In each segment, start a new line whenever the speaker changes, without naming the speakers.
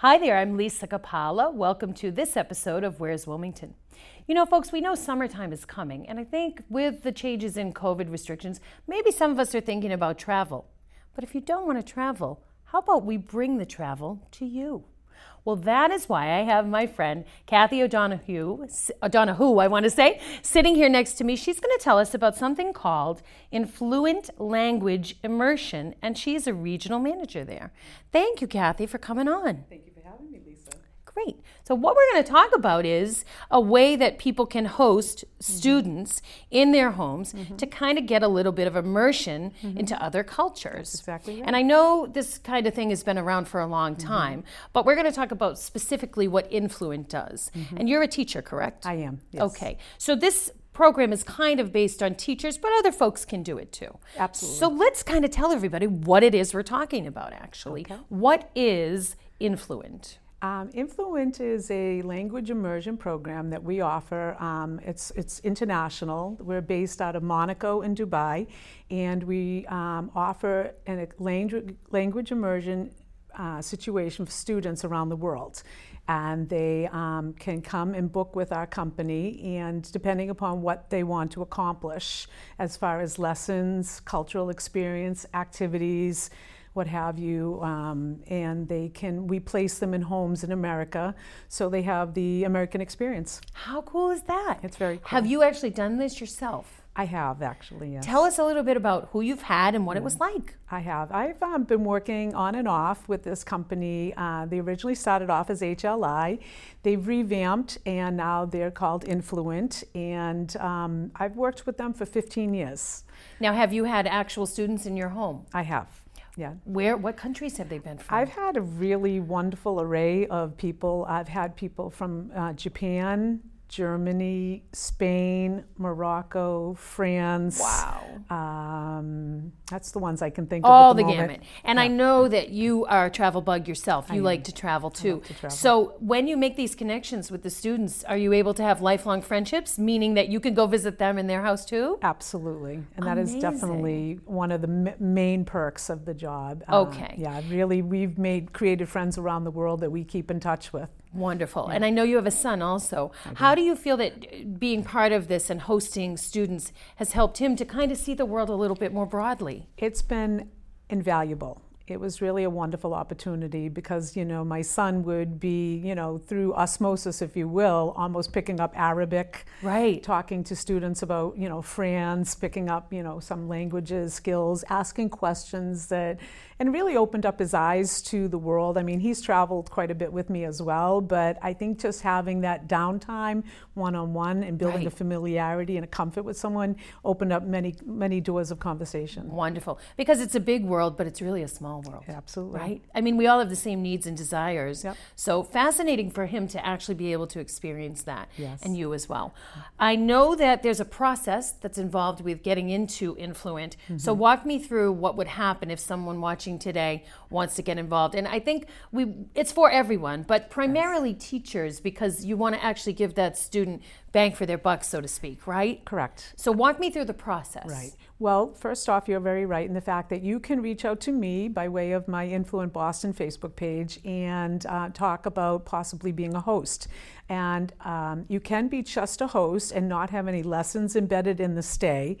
Hi there, I'm Lisa Capala. Welcome to this episode of Where's Wilmington? You know, folks, we know summertime is coming, and I think with the changes in COVID restrictions, maybe some of us are thinking about travel. But if you don't want to travel, how about we bring the travel to you? Well, that is why I have my friend Kathy O'Donohue, S- O'Donohue, I want to say, sitting here next to me. She's going to tell us about something called Influent Language Immersion, and she's a regional manager there. Thank you, Kathy, for coming on.
Thank you for having me, Lisa.
Great. So, what we're going to talk about is a way that people can host students in their homes
Mm-hmm.
to kind of get a little bit of immersion into other cultures.
exactly right. Mm-hmm.
And I know this kind of thing has been around for a long time, but we're going to talk about specifically what Influent does. And you're a teacher, correct?
Mm-hmm. I am. Yes.
Okay. So, this program is kind of based on teachers, but other folks can do it too.
Absolutely.
So, let's kind of tell everybody what it is we're talking about, actually. What is Influent?
Um, Influent is a language immersion program that we offer. Um, it's it's international. We're based out of Monaco and Dubai, and we um, offer an, a language language immersion. Uh, situation for students around the world. And they um, can come and book with our company, and depending upon what they want to accomplish as far as lessons, cultural experience, activities, what have you, um, and they can we place them in homes in America, so they have the American experience.
How cool is that?
It's very cool.
Have you actually done this yourself?
I have actually, yes.
Tell us a little bit about who you've had and what it was like.
I have. I've um, been working on and off with this company. Uh, they originally started off as HLI. They've revamped and now they're called Influent. And um, I've worked with them for 15 years.
Now, have you had actual students in your home?
I have. Yeah.
Where? What countries have they been from?
I've had a really wonderful array of people. I've had people from uh, Japan, Germany, Spain, Morocco, France.
Wow.
Um, that's the ones I can think
all
of.
the,
at the, moment.
gamut. And I know that you are a travel bug yourself. You like to travel too.
to travel.
So when you make these connections with the students, are you able to have lifelong friendships, meaning that you can go visit them in their house too?
Absolutely, and that is
Amazing.
definitely one of the m- main perks of the job. Uh,
Okay.
yeah, really, we've made created friends around the world that we keep in touch with.
Wonderful. And I know you have a son also. How do you feel that uh, being part of this and hosting students has helped him to kind of see the world a little bit more broadly?
It's been invaluable. It was really a wonderful opportunity because, you know, my son would be, you know, through osmosis, if you will, almost picking up Arabic,
Right.
talking to students about, you know, France, picking up, you know, some languages, skills, asking questions that, and really opened up his eyes to the world. I mean, he's traveled quite a bit with me as well, but I think just having that downtime one on one and building a
Right.
familiarity and a comfort with someone opened up many, many doors of conversation.
Wonderful. Because it's a big world, but it's really a small world.
Absolutely.
Right? I mean, we all have the same needs and desires.
Yep.
So fascinating for him to actually be able to experience that
Yes.
and you as well. I know that there's a process that's involved with getting into Influent. So
Mm-hmm.
walk me through what would happen if someone watching today wants to get involved. And I think we it's for everyone, but primarily teachers because you want to actually give that student bang for their buck, so to speak, right?
Correct.
So walk me through the process.
Right. Well, first off, you're very right in the fact that you can reach out to me by way of my Influent Boston Facebook page and uh, talk about possibly being a host. And um, you can be just a host and not have any lessons embedded in the stay.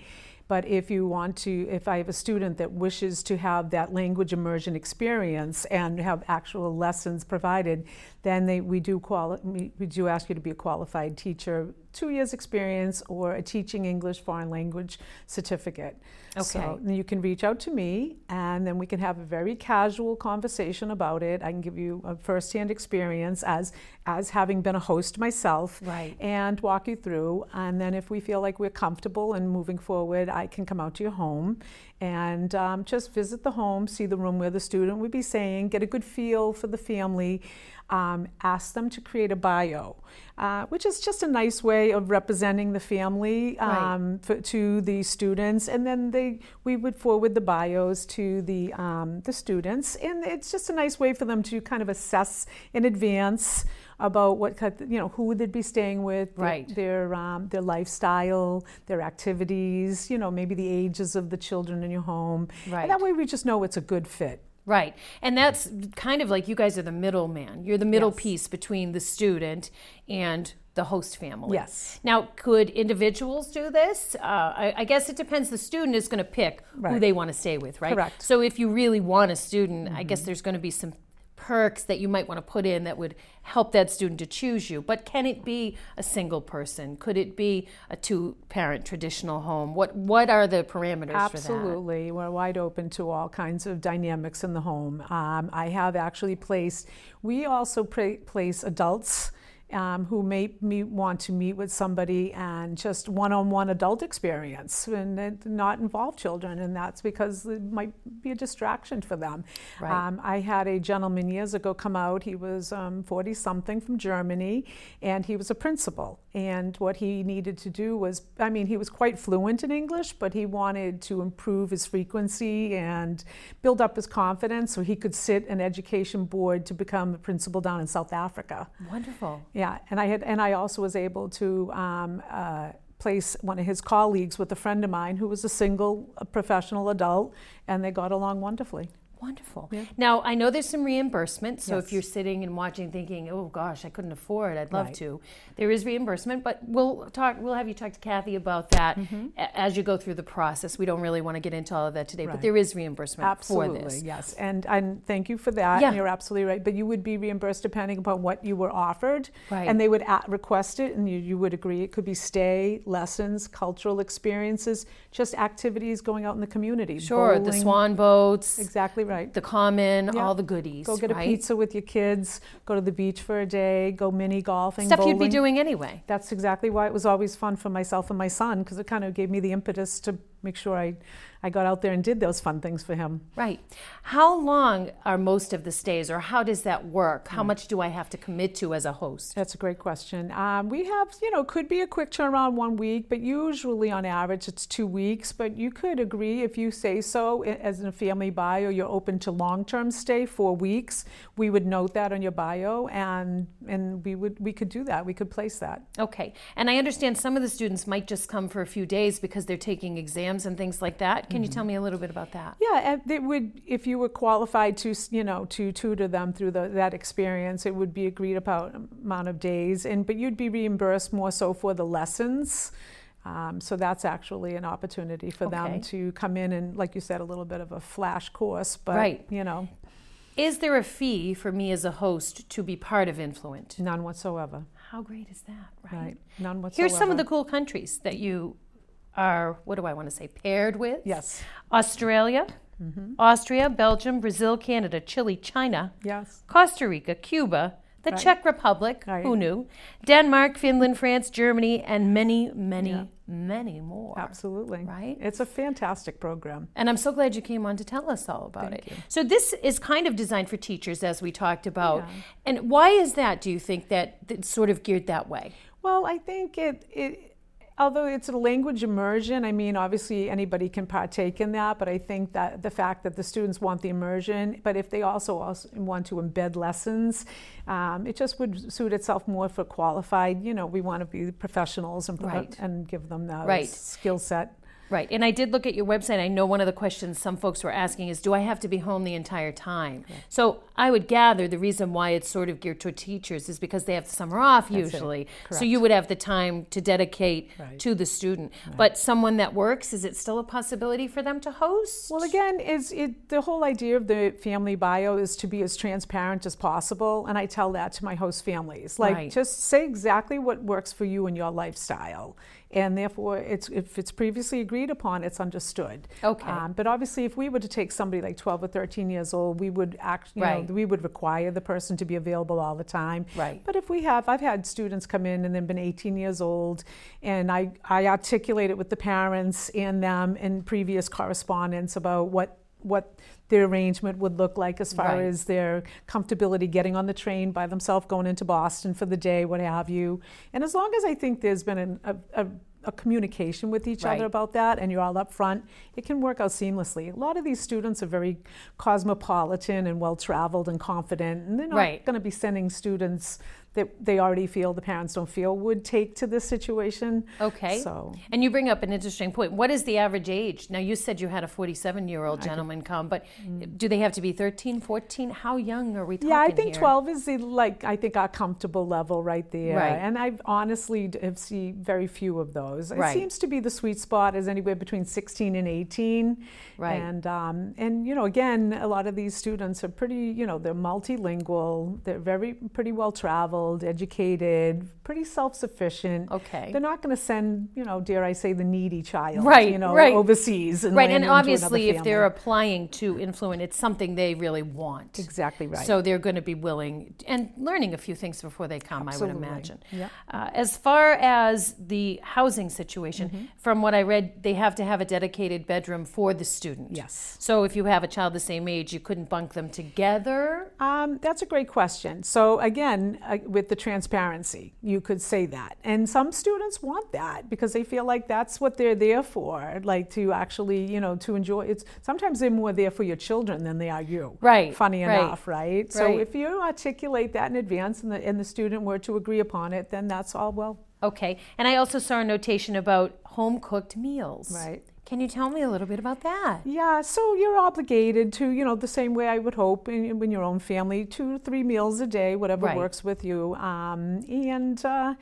But if you want to, if I have a student that wishes to have that language immersion experience and have actual lessons provided, then they, we do quali- we we do ask you to be a qualified teacher, two years experience or a teaching English foreign language certificate. So
Okay.
you can reach out to me, and then we can have a very casual conversation about it. I can give you a firsthand experience as as having been a host myself
Right.
and walk you through. And then if we feel like we're comfortable and moving forward, I can come out to your home and um, just visit the home, see the room where the student would be staying, get a good feel for the family, um, ask them to create a bio, uh, which is just a nice way of representing the family um, for, to the students, and then they we would forward the bios to the um, the students, and it's just a nice way for them to kind of assess in advance about what kind, you know who they'd be staying with, their-
Right.
their um, their lifestyle, their activities, you know maybe the ages of the children in your home,
Right.
and that way we just know it's a good fit.
Right. And that's kind of like you guys are the middleman. You're the middle
Yes.
piece between the student and the host family.
Yes.
Now, could individuals do this? Uh, I, I guess it depends. The student is going to pick who
Right.
they want to stay with, right?
Correct. Mm-hmm.
So if you really want a student, I guess there's going to be some perks that you might want to put in that would help that student to choose you. But can it be a single person? Could it be a two-parent traditional home? What What are the parameters for that?
Absolutely. We're wide open to all kinds of dynamics in the home. Um, I have actually placed, we also pra- place adults. Um, who may me want to meet with somebody and just one-on-one adult experience and it not involve children and that's because it might be a distraction for them
Right.
um, i had a gentleman years ago come out he was um, 40 something from germany and he was a principal and what he needed to do was i mean he was quite fluent in english but he wanted to improve his frequency and build up his confidence so he could sit an education board to become a principal down in south africa
Wonderful.
yeah, and I had, and I also was able to um, uh, place one of his colleagues with a friend of mine who was a single uh, professional adult, and they got along wonderfully.
Wonderful.
Yeah.
Now, I know there's some reimbursement. So if
Yes.
you're sitting and watching thinking, oh gosh, I couldn't afford, I'd love
Right.
to, there is reimbursement. But we'll talk, we'll have you talk to Kathy about that
Mm-hmm.
a- as you go through the process. We don't really want to get into all of that today, but
Right.
there is reimbursement
Absolutely,
for this.
yes, and and thank you for that.
Yeah.
And you're absolutely right. But you would be reimbursed depending upon what you were offered,
Right.
and they would a request it, and you, you would agree. It could be stay, lessons, cultural experiences, just activities going out in the community.
Sure, the
Bowling.
swan boats,
Exactly right.
the common,
Yeah.
all the goodies.
Go get
right?
a pizza with your kids. Go to the beach for a day. Go mini golfing.
Stuff you'd be
bowling.
doing anyway.
That's exactly why it was always fun for myself and my son because it kind of gave me the impetus to make sure I, I got out there and did those fun things for him.
Right. How long are most of the stays, or how does that work?
Mm.
How much do I have to commit to as a host?
That's a great question. Um, we have, you know, could be a quick turnaround one week, but usually on average it's two weeks. But you could agree if you say so i- as in a family bio, you're open to long-term stay, four weeks. We would note that on your bio, and and we would we could do that. We could place that.
Okay. And I understand some of the students might just come for a few days because they're taking exams and things like that. Can you
Mm-hmm.
tell me a little bit about that?
Yeah, and they would if you were qualified to s- you know to tutor them through the, that experience, it would be agreed upon amount of days, and but you'd be reimbursed more so for the lessons. Um, so that's actually an opportunity for
Okay.
them to come in and, like you said, a little bit of a flash course, but
Right.
you know,
Is there a fee for me as a host to be part of Influent?
none whatsoever.
How great is that, right?
Right, none whatsoever.
Here's some of the cool countries that you are, what do I want to say, paired with?
yes, Mm-hmm.
Australia, Austria, Belgium, Brazil, Canada, Chile, China,
yes,
Costa Rica, Cuba, the
Right.
Czech Republic,
Right.
who knew, Denmark, Finland, France, Germany, and many, many,
Yeah.
many more.
absolutely.
Right?
It's a fantastic program.
And I'm so glad you came on to tell us all about
Thank
it.
you.
So this is kind of designed for teachers, as we talked about.
Yeah.
And why is that? Do you think that it's sort of geared that way?
Well, I think it, it although it's a language immersion, I mean, obviously anybody can partake in that, but I think that the fact that the students want the immersion, but if they also, also want to embed lessons, um, it just would suit itself more for qualified, you know, we want to be professionals and, pro-
Right.
and give them that
Right.
skill set.
Right. And I did look at your website. I know one of the questions some folks were asking is, do I have to be home the entire time? So I would gather the reason why it's sort of geared toward teachers is because they have the summer off
it.
usually. So
Correct.
you would have the time to dedicate
Right.
to the student. But someone that works, is it still a possibility for them to host?
Well, again, is it the whole idea of the family bio is to be as transparent as possible, and I tell that to my host families. Like,
Right.
just say exactly what works for you and your lifestyle, and therefore, it's, if it's previously agreed upon, it's understood.
Okay.
Um, but obviously, if we were to take somebody like 12 or 13 years old, we would act, you
Right.
know, we would require the person to be available all the time.
Right.
But if we have, I've had students come in and then been 18 years old, and I, I articulate it with the parents and them in previous correspondence about what what their arrangement would look like as far
Right.
as their comfortability getting on the train by themselves, going into Boston for the day, what have you. And as long as I think there's been an, a, a, a communication with each
Right.
other about that and you're all up front, it can work out seamlessly. A lot of these students are very cosmopolitan and well traveled and confident, and they're not
Right.
going to be sending students that they already feel the parents don't feel would take to this situation.
Okay.
So
And you bring up an interesting point. What is the average age? Now, you said you had a 47 year old gentleman come, but do they have to be 13, 14? How young are we talking?
Mm. Yeah, I think
here?
12 is the, like I think our comfortable level right there.
Right.
And I honestly d- have seen very few of those.
Right.
It seems to be the sweet spot is anywhere between 16 and 18.
Right.
And um, and you know again a lot of these students are pretty you know they're multilingual, they're very pretty well traveled, educated, pretty self-sufficient.
Okay.
They're not going to send, you know, dare I say the needy child,
Right,
you know,
right.
overseas and
Right,
land
and
into another
obviously, if they're
family.
applying to influent, it's something they really want.
Exactly right.
So they're going to be willing and learning a few things before they come, I would
Absolutely.
imagine.
Yep.
Uh, as far as the housing situation,
Mm-hmm.
from what I read, they have to have a dedicated bedroom for the student.
Yes.
So if you have a child the same age, you couldn't bunk them together.
Um, that's a great question. So again, uh, with the transparency, you could say that, and some students want that because they feel like that's what they're there for, like to actually, you know, to enjoy. It's sometimes they're more there for your children than they are you.
Right,
Funny
right,
enough, right? So
right.
if you articulate that in advance, and the and the student were to agree upon it, then that's all well.
Okay. And I also saw a notation about home cooked meals.
Right.
Can you tell me a little bit about that?
Yeah, so you're obligated to, you know, the same way I would hope in, in your own family, two to three meals a day, whatever
Right.
works with you. Um, and, uh,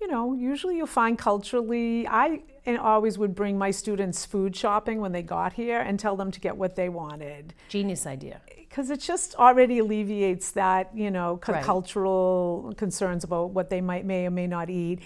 you know, usually you'll find culturally, I and always would bring my students food shopping when they got here and tell them to get what they wanted
Genius idea.
because it just already alleviates that you know cu-
Right.
cultural concerns about what they might may or may not eat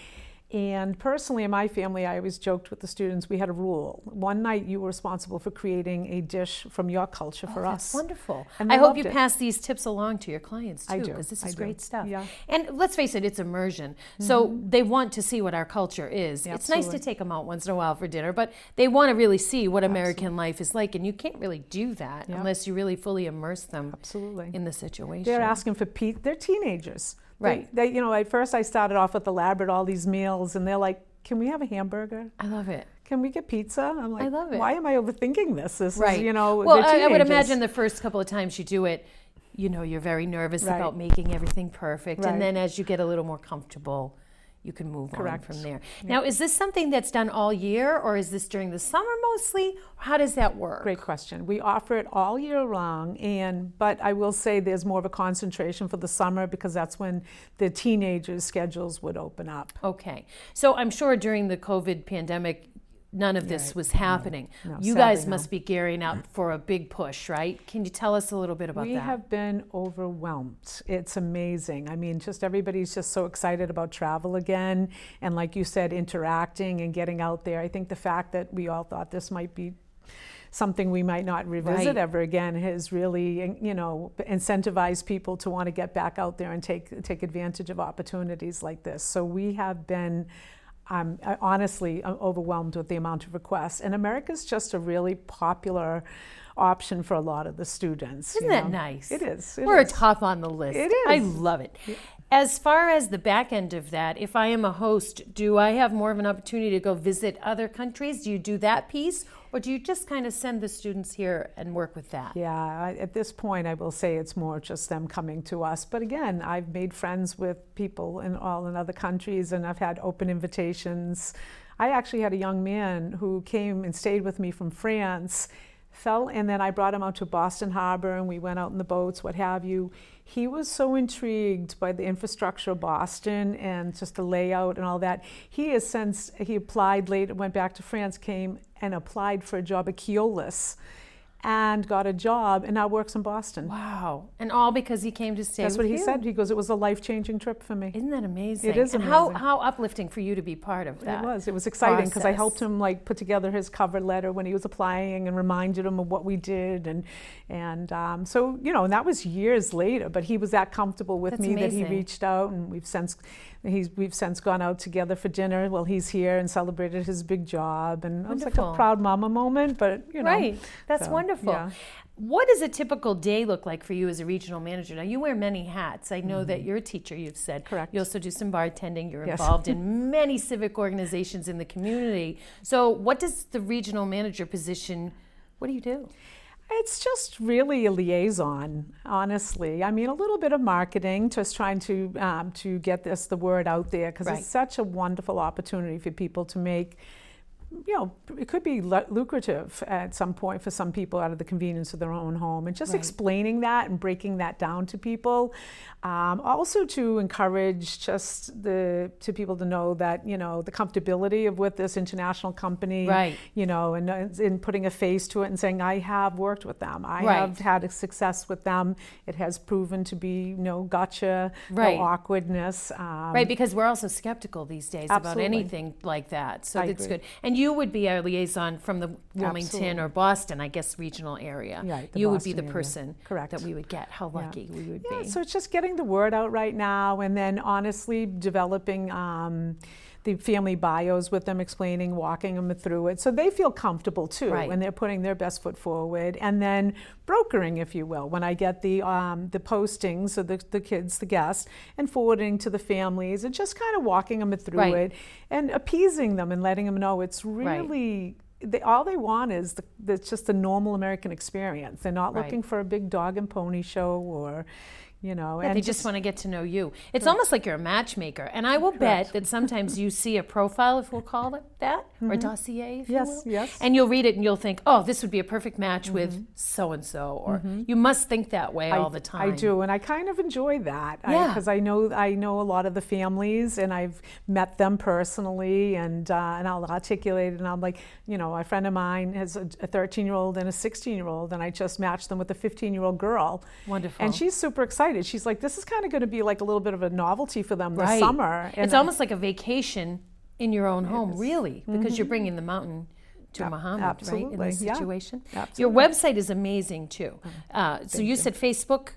and personally in my family i always joked with the students we had a rule one night you were responsible for creating a dish from your culture for
Oh, That's
us
wonderful.
And
I
they
hope you
loved it.
pass these tips along to your clients
I
too,
do,
because this
I
is
do.
great stuff.
Yeah. Mm-hmm.
And let's face it, it's immersion. So they want to see what our culture is. it's nice to
Absolutely.
take them out once in a while for dinner, but they want to really see what American life is like. And you can't really do that
Yeah.
unless you really fully immerse them
absolutely
in the situation.
They're asking for pe- they're teenagers. They-
Right.
They, you know, at first I started off with elaborate all these meals, and they're like, "Can we have a hamburger?
I love it.
Can we get pizza?" I'm like,
love it.
Why am I overthinking this? This
Right.
is, you know,
well,
they're
I, I would
teenagers.
imagine the first couple of times you do it, you know, you're very nervous
Right.
about making everything perfect,
Right.
and then as you get a little more comfortable, you can move
Correct.
on from there. Now, is this something that's done all year, or is this during the summer mostly? How does that work?
Great question. We offer it all year long, and but I will say there's more of a concentration for the summer because that's when the teenagers' schedules would open up.
Okay, so I'm sure during the COVID pandemic. None of this
Right.
was happening.
No,
you
sadly,
guys must be gearing up for a big push, right? Can you tell us a little bit about
we
that?
have been overwhelmed. It's amazing. I mean, just everybody's just so excited about travel again, and like you said, interacting and getting out there. I think the fact that we all thought this might be something we might not revisit
Right.
ever again has really, you know, incentivized people to want to get back out there and take take advantage of opportunities like this. So we have been. I'm honestly I'm overwhelmed with the amount of requests, and America's just a really popular option for a lot of the students. you
Isn't that
know.
nice?
It is. it
We're
is.
a top on the list.
It
I
is.
love it. As far as the back end of that, if I am a host, do I have more of an opportunity to go visit other countries? Do you do that piece? Or do you just kind of send the students here and work with that?
Yeah, I, at this point, I will say it's more just them coming to us. But again, I've made friends with people in all in other countries, and I've had open invitations. I actually had a young man who came and stayed with me from France, fell, and then I brought him out to Boston Harbor, and we went out in the boats, what have you. He was so intrigued by the infrastructure of Boston and just the layout and all that. He has since he applied later, went back to France, came and applied for a job at Keolis and got a job and now works in Boston.
Wow. And all because he came to stay
That's
with
what he
you.
said. He goes, it was a life changing trip for me.
Isn't that amazing?
It is
And how,
amazing.
how uplifting for you to be part of that.
It was. It was exciting because I
process.
helped him like put together his cover letter when he was applying and reminded him of what we did and and um, so you know and that was years later. But he was that comfortable with
That's
me that
amazing.
he reached out and we've since he's we've since gone out together for dinner while he's here and celebrated his big job and it was like
Wonderful.
a proud mama moment. But you know,
right. That's
so,
wonderful.
yeah.
What does a typical day look like for you as a regional manager? Now, you wear many hats. I know that you're a teacher, you've said.
Mm-hmm. Correct.
You also do some bartending. You're
Yes.
involved in many civic organizations in the community. So, what does the regional manager position? What do you do?
It's just really a liaison, honestly. I mean, a little bit of marketing, just trying to um, to get this the word out there because
Right.
it's such a wonderful opportunity for people to make. You know, it could be lu- lucrative at some point for some people out of the convenience of their own home, and just
Right.
explaining that and breaking that down to people. Um, also, to encourage just the to people to know that you know the comfortability of with this international company,
Right.
you know, and, and putting a face to it and saying, I have worked with them. I
Right.
have had a success with them. It has proven to be no gotcha,
Right.
no awkwardness. Um,
Right, because we're also skeptical these days
Absolutely.
about anything like that. So
I
it's
agree.
good. And you would be our liaison from the Wilmington
Absolutely.
or Boston, I guess, regional area.
Right, the
you would be
Boston
the
area.
person
Correct.
that we would get. How lucky we would
Yeah,
be.
so it's just getting the word out right now, and then honestly developing um, the family bios with them, explaining, walking them through it, so they feel comfortable too,
Right.
and they're putting their best foot forward. And then brokering, if you will, when I get the um, the postings of the, the kids, the guests, and forwarding to the families, and just kind of walking them through
Right.
it, and appeasing them and letting them know it's really. They, all they want is the, the, just the normal American experience. They're not
Right.
looking for a big dog and pony show or you know
Yeah,
and
they just, want to get to know you. It's almost like you're a matchmaker. And I will bet
Correct.
that sometimes you see a profile, if we'll call it that, or a dossier, if
Mm-hmm. Yes,
you will.
yes. Mm-hmm.
And you'll read it and you'll think, oh, this would be a perfect match with so and so. Or you must think that way
I,
all the time.
I do, and I kind of enjoy that
Yeah.
because I, know I know a lot of the families, and I've met them personally, and uh, and I'll articulate, it, and I'm like, you know, a friend of mine has a 13 year old and a 16 year old, and I just matched them with a 15 year old girl,
Wonderful.
and she's super excited. She's like, this is kind of going to be like a little bit of a novelty for them this
Right.
um, summer. And
it's almost like a vacation in your own home, really, because you're bringing the mountain to
Mm-hmm. Ab-
Muhammad, right? In
absolutely,
this
yeah.
situation, your
Absolutely. Mm.
website is amazing too. Uh, so you, said Facebook.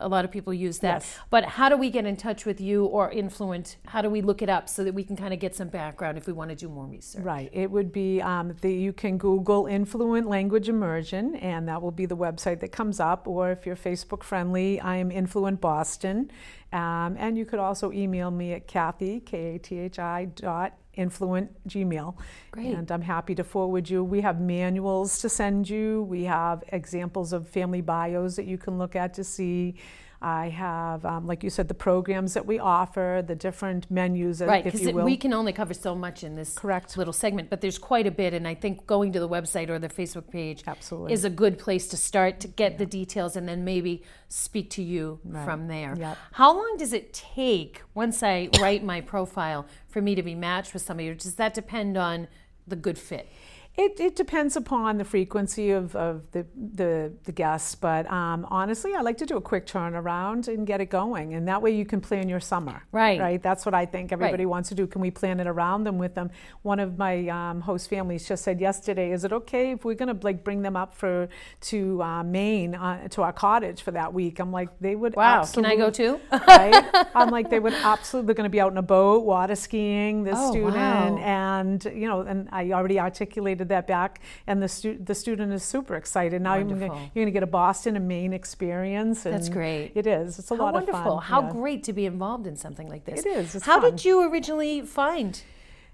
A lot of people use that.
Yes.
But how do we get in touch with you or influence? How do we look it up so that we can kind of get some background if we want to do more research?
Right. It would be um, the you can Google Influent Language Immersion, and that will be the website that comes up. Or if you're Facebook friendly, I am Influent Boston, um, and you could also email me at Kathy K A T H I dot influent gmail
Great.
and i'm happy to forward you we have manuals to send you we have examples of family bios that you can look at to see i have um, like you said the programs that we offer the different menus
Right,
if
because
you will
we can only cover so much in this
Correct.
little segment, but there's quite a bit, and I think going to the website or the Facebook page
Absolutely.
is a good place to start to get the details, and then maybe speak to you from there.
Yep.
How long does it take once I write my profile for me to be matched with somebody, or does that depend on the good fit?
It, it depends upon the frequency of, of the, the, the guests, but um, honestly, I like to do a quick turnaround and get it going. And that way you can plan your summer.
Right.
Right. That's what I think everybody wants to do. Can we plan it around them with them? One of my um, host families just said yesterday, is it okay if we're going to like bring them up for to uh, Maine, uh, to our cottage for that week? I'm like, they would
Wow,
absolutely
can I go too?
right? I'm like, they would absolutely, they're going to be out in a boat, water skiing, this
Oh,
student.
wow.
And, you know, and I already articulated that back. And the, stu- the student is super excited. Now you're
Wonderful.
going to get a Boston and Maine experience. And
That's great.
It is. It's a
How
lot
wonderful!
of fun.
How
yeah.
great to be involved in something like this.
It is, it's
How
fun.
did you originally find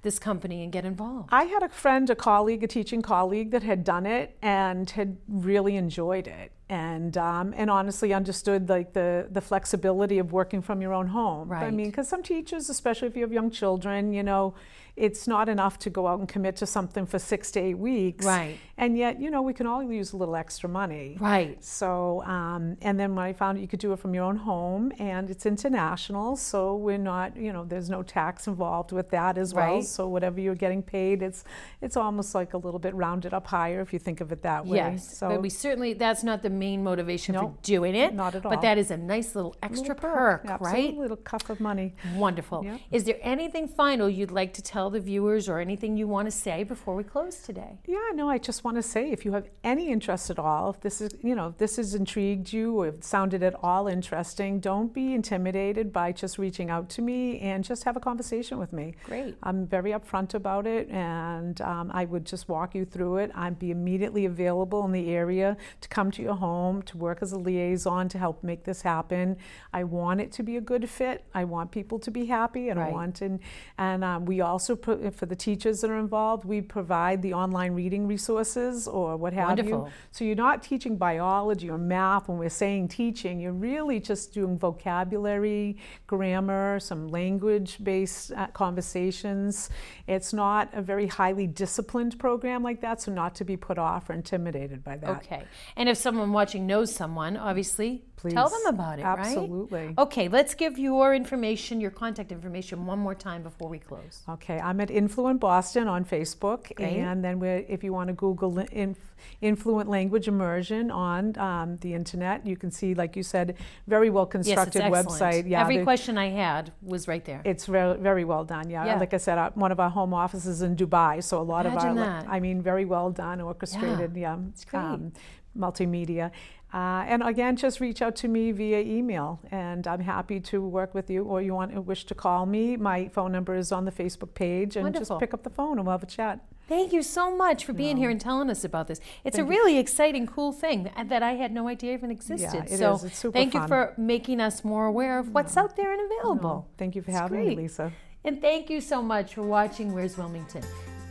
this company and get involved?
I had a friend, a colleague, a teaching colleague that had done it and had really enjoyed it. and um, and honestly understood like the the flexibility of working from your own home. I
Right.
mean, because some teachers, especially if you have young children, you know, it's not enough to go out and commit to something for six to eight weeks.
Right.
And yet, you know, we can all use a little extra money.
Right.
So, um, and then when I found out you could do it from your own home, and it's international, so we're not, you know, there's no tax involved with that as well.
Right.
So whatever you're getting paid, it's it's almost like a little bit rounded up higher if you think of it that way.
Yes,
So
but we certainly, that's not the main motivation for
Nope,
doing it.
not at
But
all.
that is a nice little extra perk,
absolutely,
right?
little cuff of money.
Wonderful.
Yep.
Is there anything final you'd like to tell the viewers or anything you want to say before we close today?
Yeah, no, I just want to say if you have any interest at all, if this is, you know, if this has intrigued you or if sounded at all interesting, don't be intimidated by just reaching out to me and just have a conversation with me.
Great.
I'm very upfront about it, and um, I would just walk you through it. I'd be immediately available in the area to come to your home, to work as a liaison, to help make this happen. I want it to be a good fit. I want people to be happy, and I
Right.
want and and um, we also pro- for the teachers that are involved, we provide the online reading resources or what have
Wonderful.
you. So you're not teaching biology or math when we're saying teaching. You're really just doing vocabulary, grammar, some language-based uh, conversations. It's not a very highly disciplined program like that, so not to be put off or intimidated by that.
Okay. And if someone watching knows someone, obviously,
Please.
tell them about it, right? Oh.
Absolutely.
Okay, let's give your information, your contact information, one more time before we close.
Okay, I'm at Influent Boston on Facebook,
Great.
and then we're, if you want to Google li- inf- Influent Language Immersion on um, the internet, you can see, like you said, very well
Yes, it's
constructed
excellent.
website.
Every
the-
question I had was right there.
it's very, very well done. Yeah.
Yeah.
like I said, our, one of our home offices in Dubai, so a lot
Imagine
of our,
that.
I mean, very well done, orchestrated. Yeah, um,
it's great.
multimedia. Uh, and again, just reach out to me via email, and I'm happy to work with you. Or you want wish to call me, my phone number is on the Facebook page, and
Wonderful.
just pick up the phone and we'll have a chat.
Thank you so much for being here and telling us about this. It's a really exciting, cool thing tha- that I had no idea even existed.
it
so
is. It's super
thank you
fun.
for making us more aware of what's out there and available.
Thank you for
It's
having me,
great.
Lisa.
And thank you so much for watching Where's Wilmington.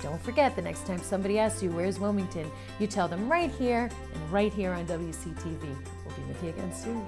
Don't forget the next time somebody asks you Where's Wilmington, you tell them right here and right here on WCTV. We'll be with you again soon.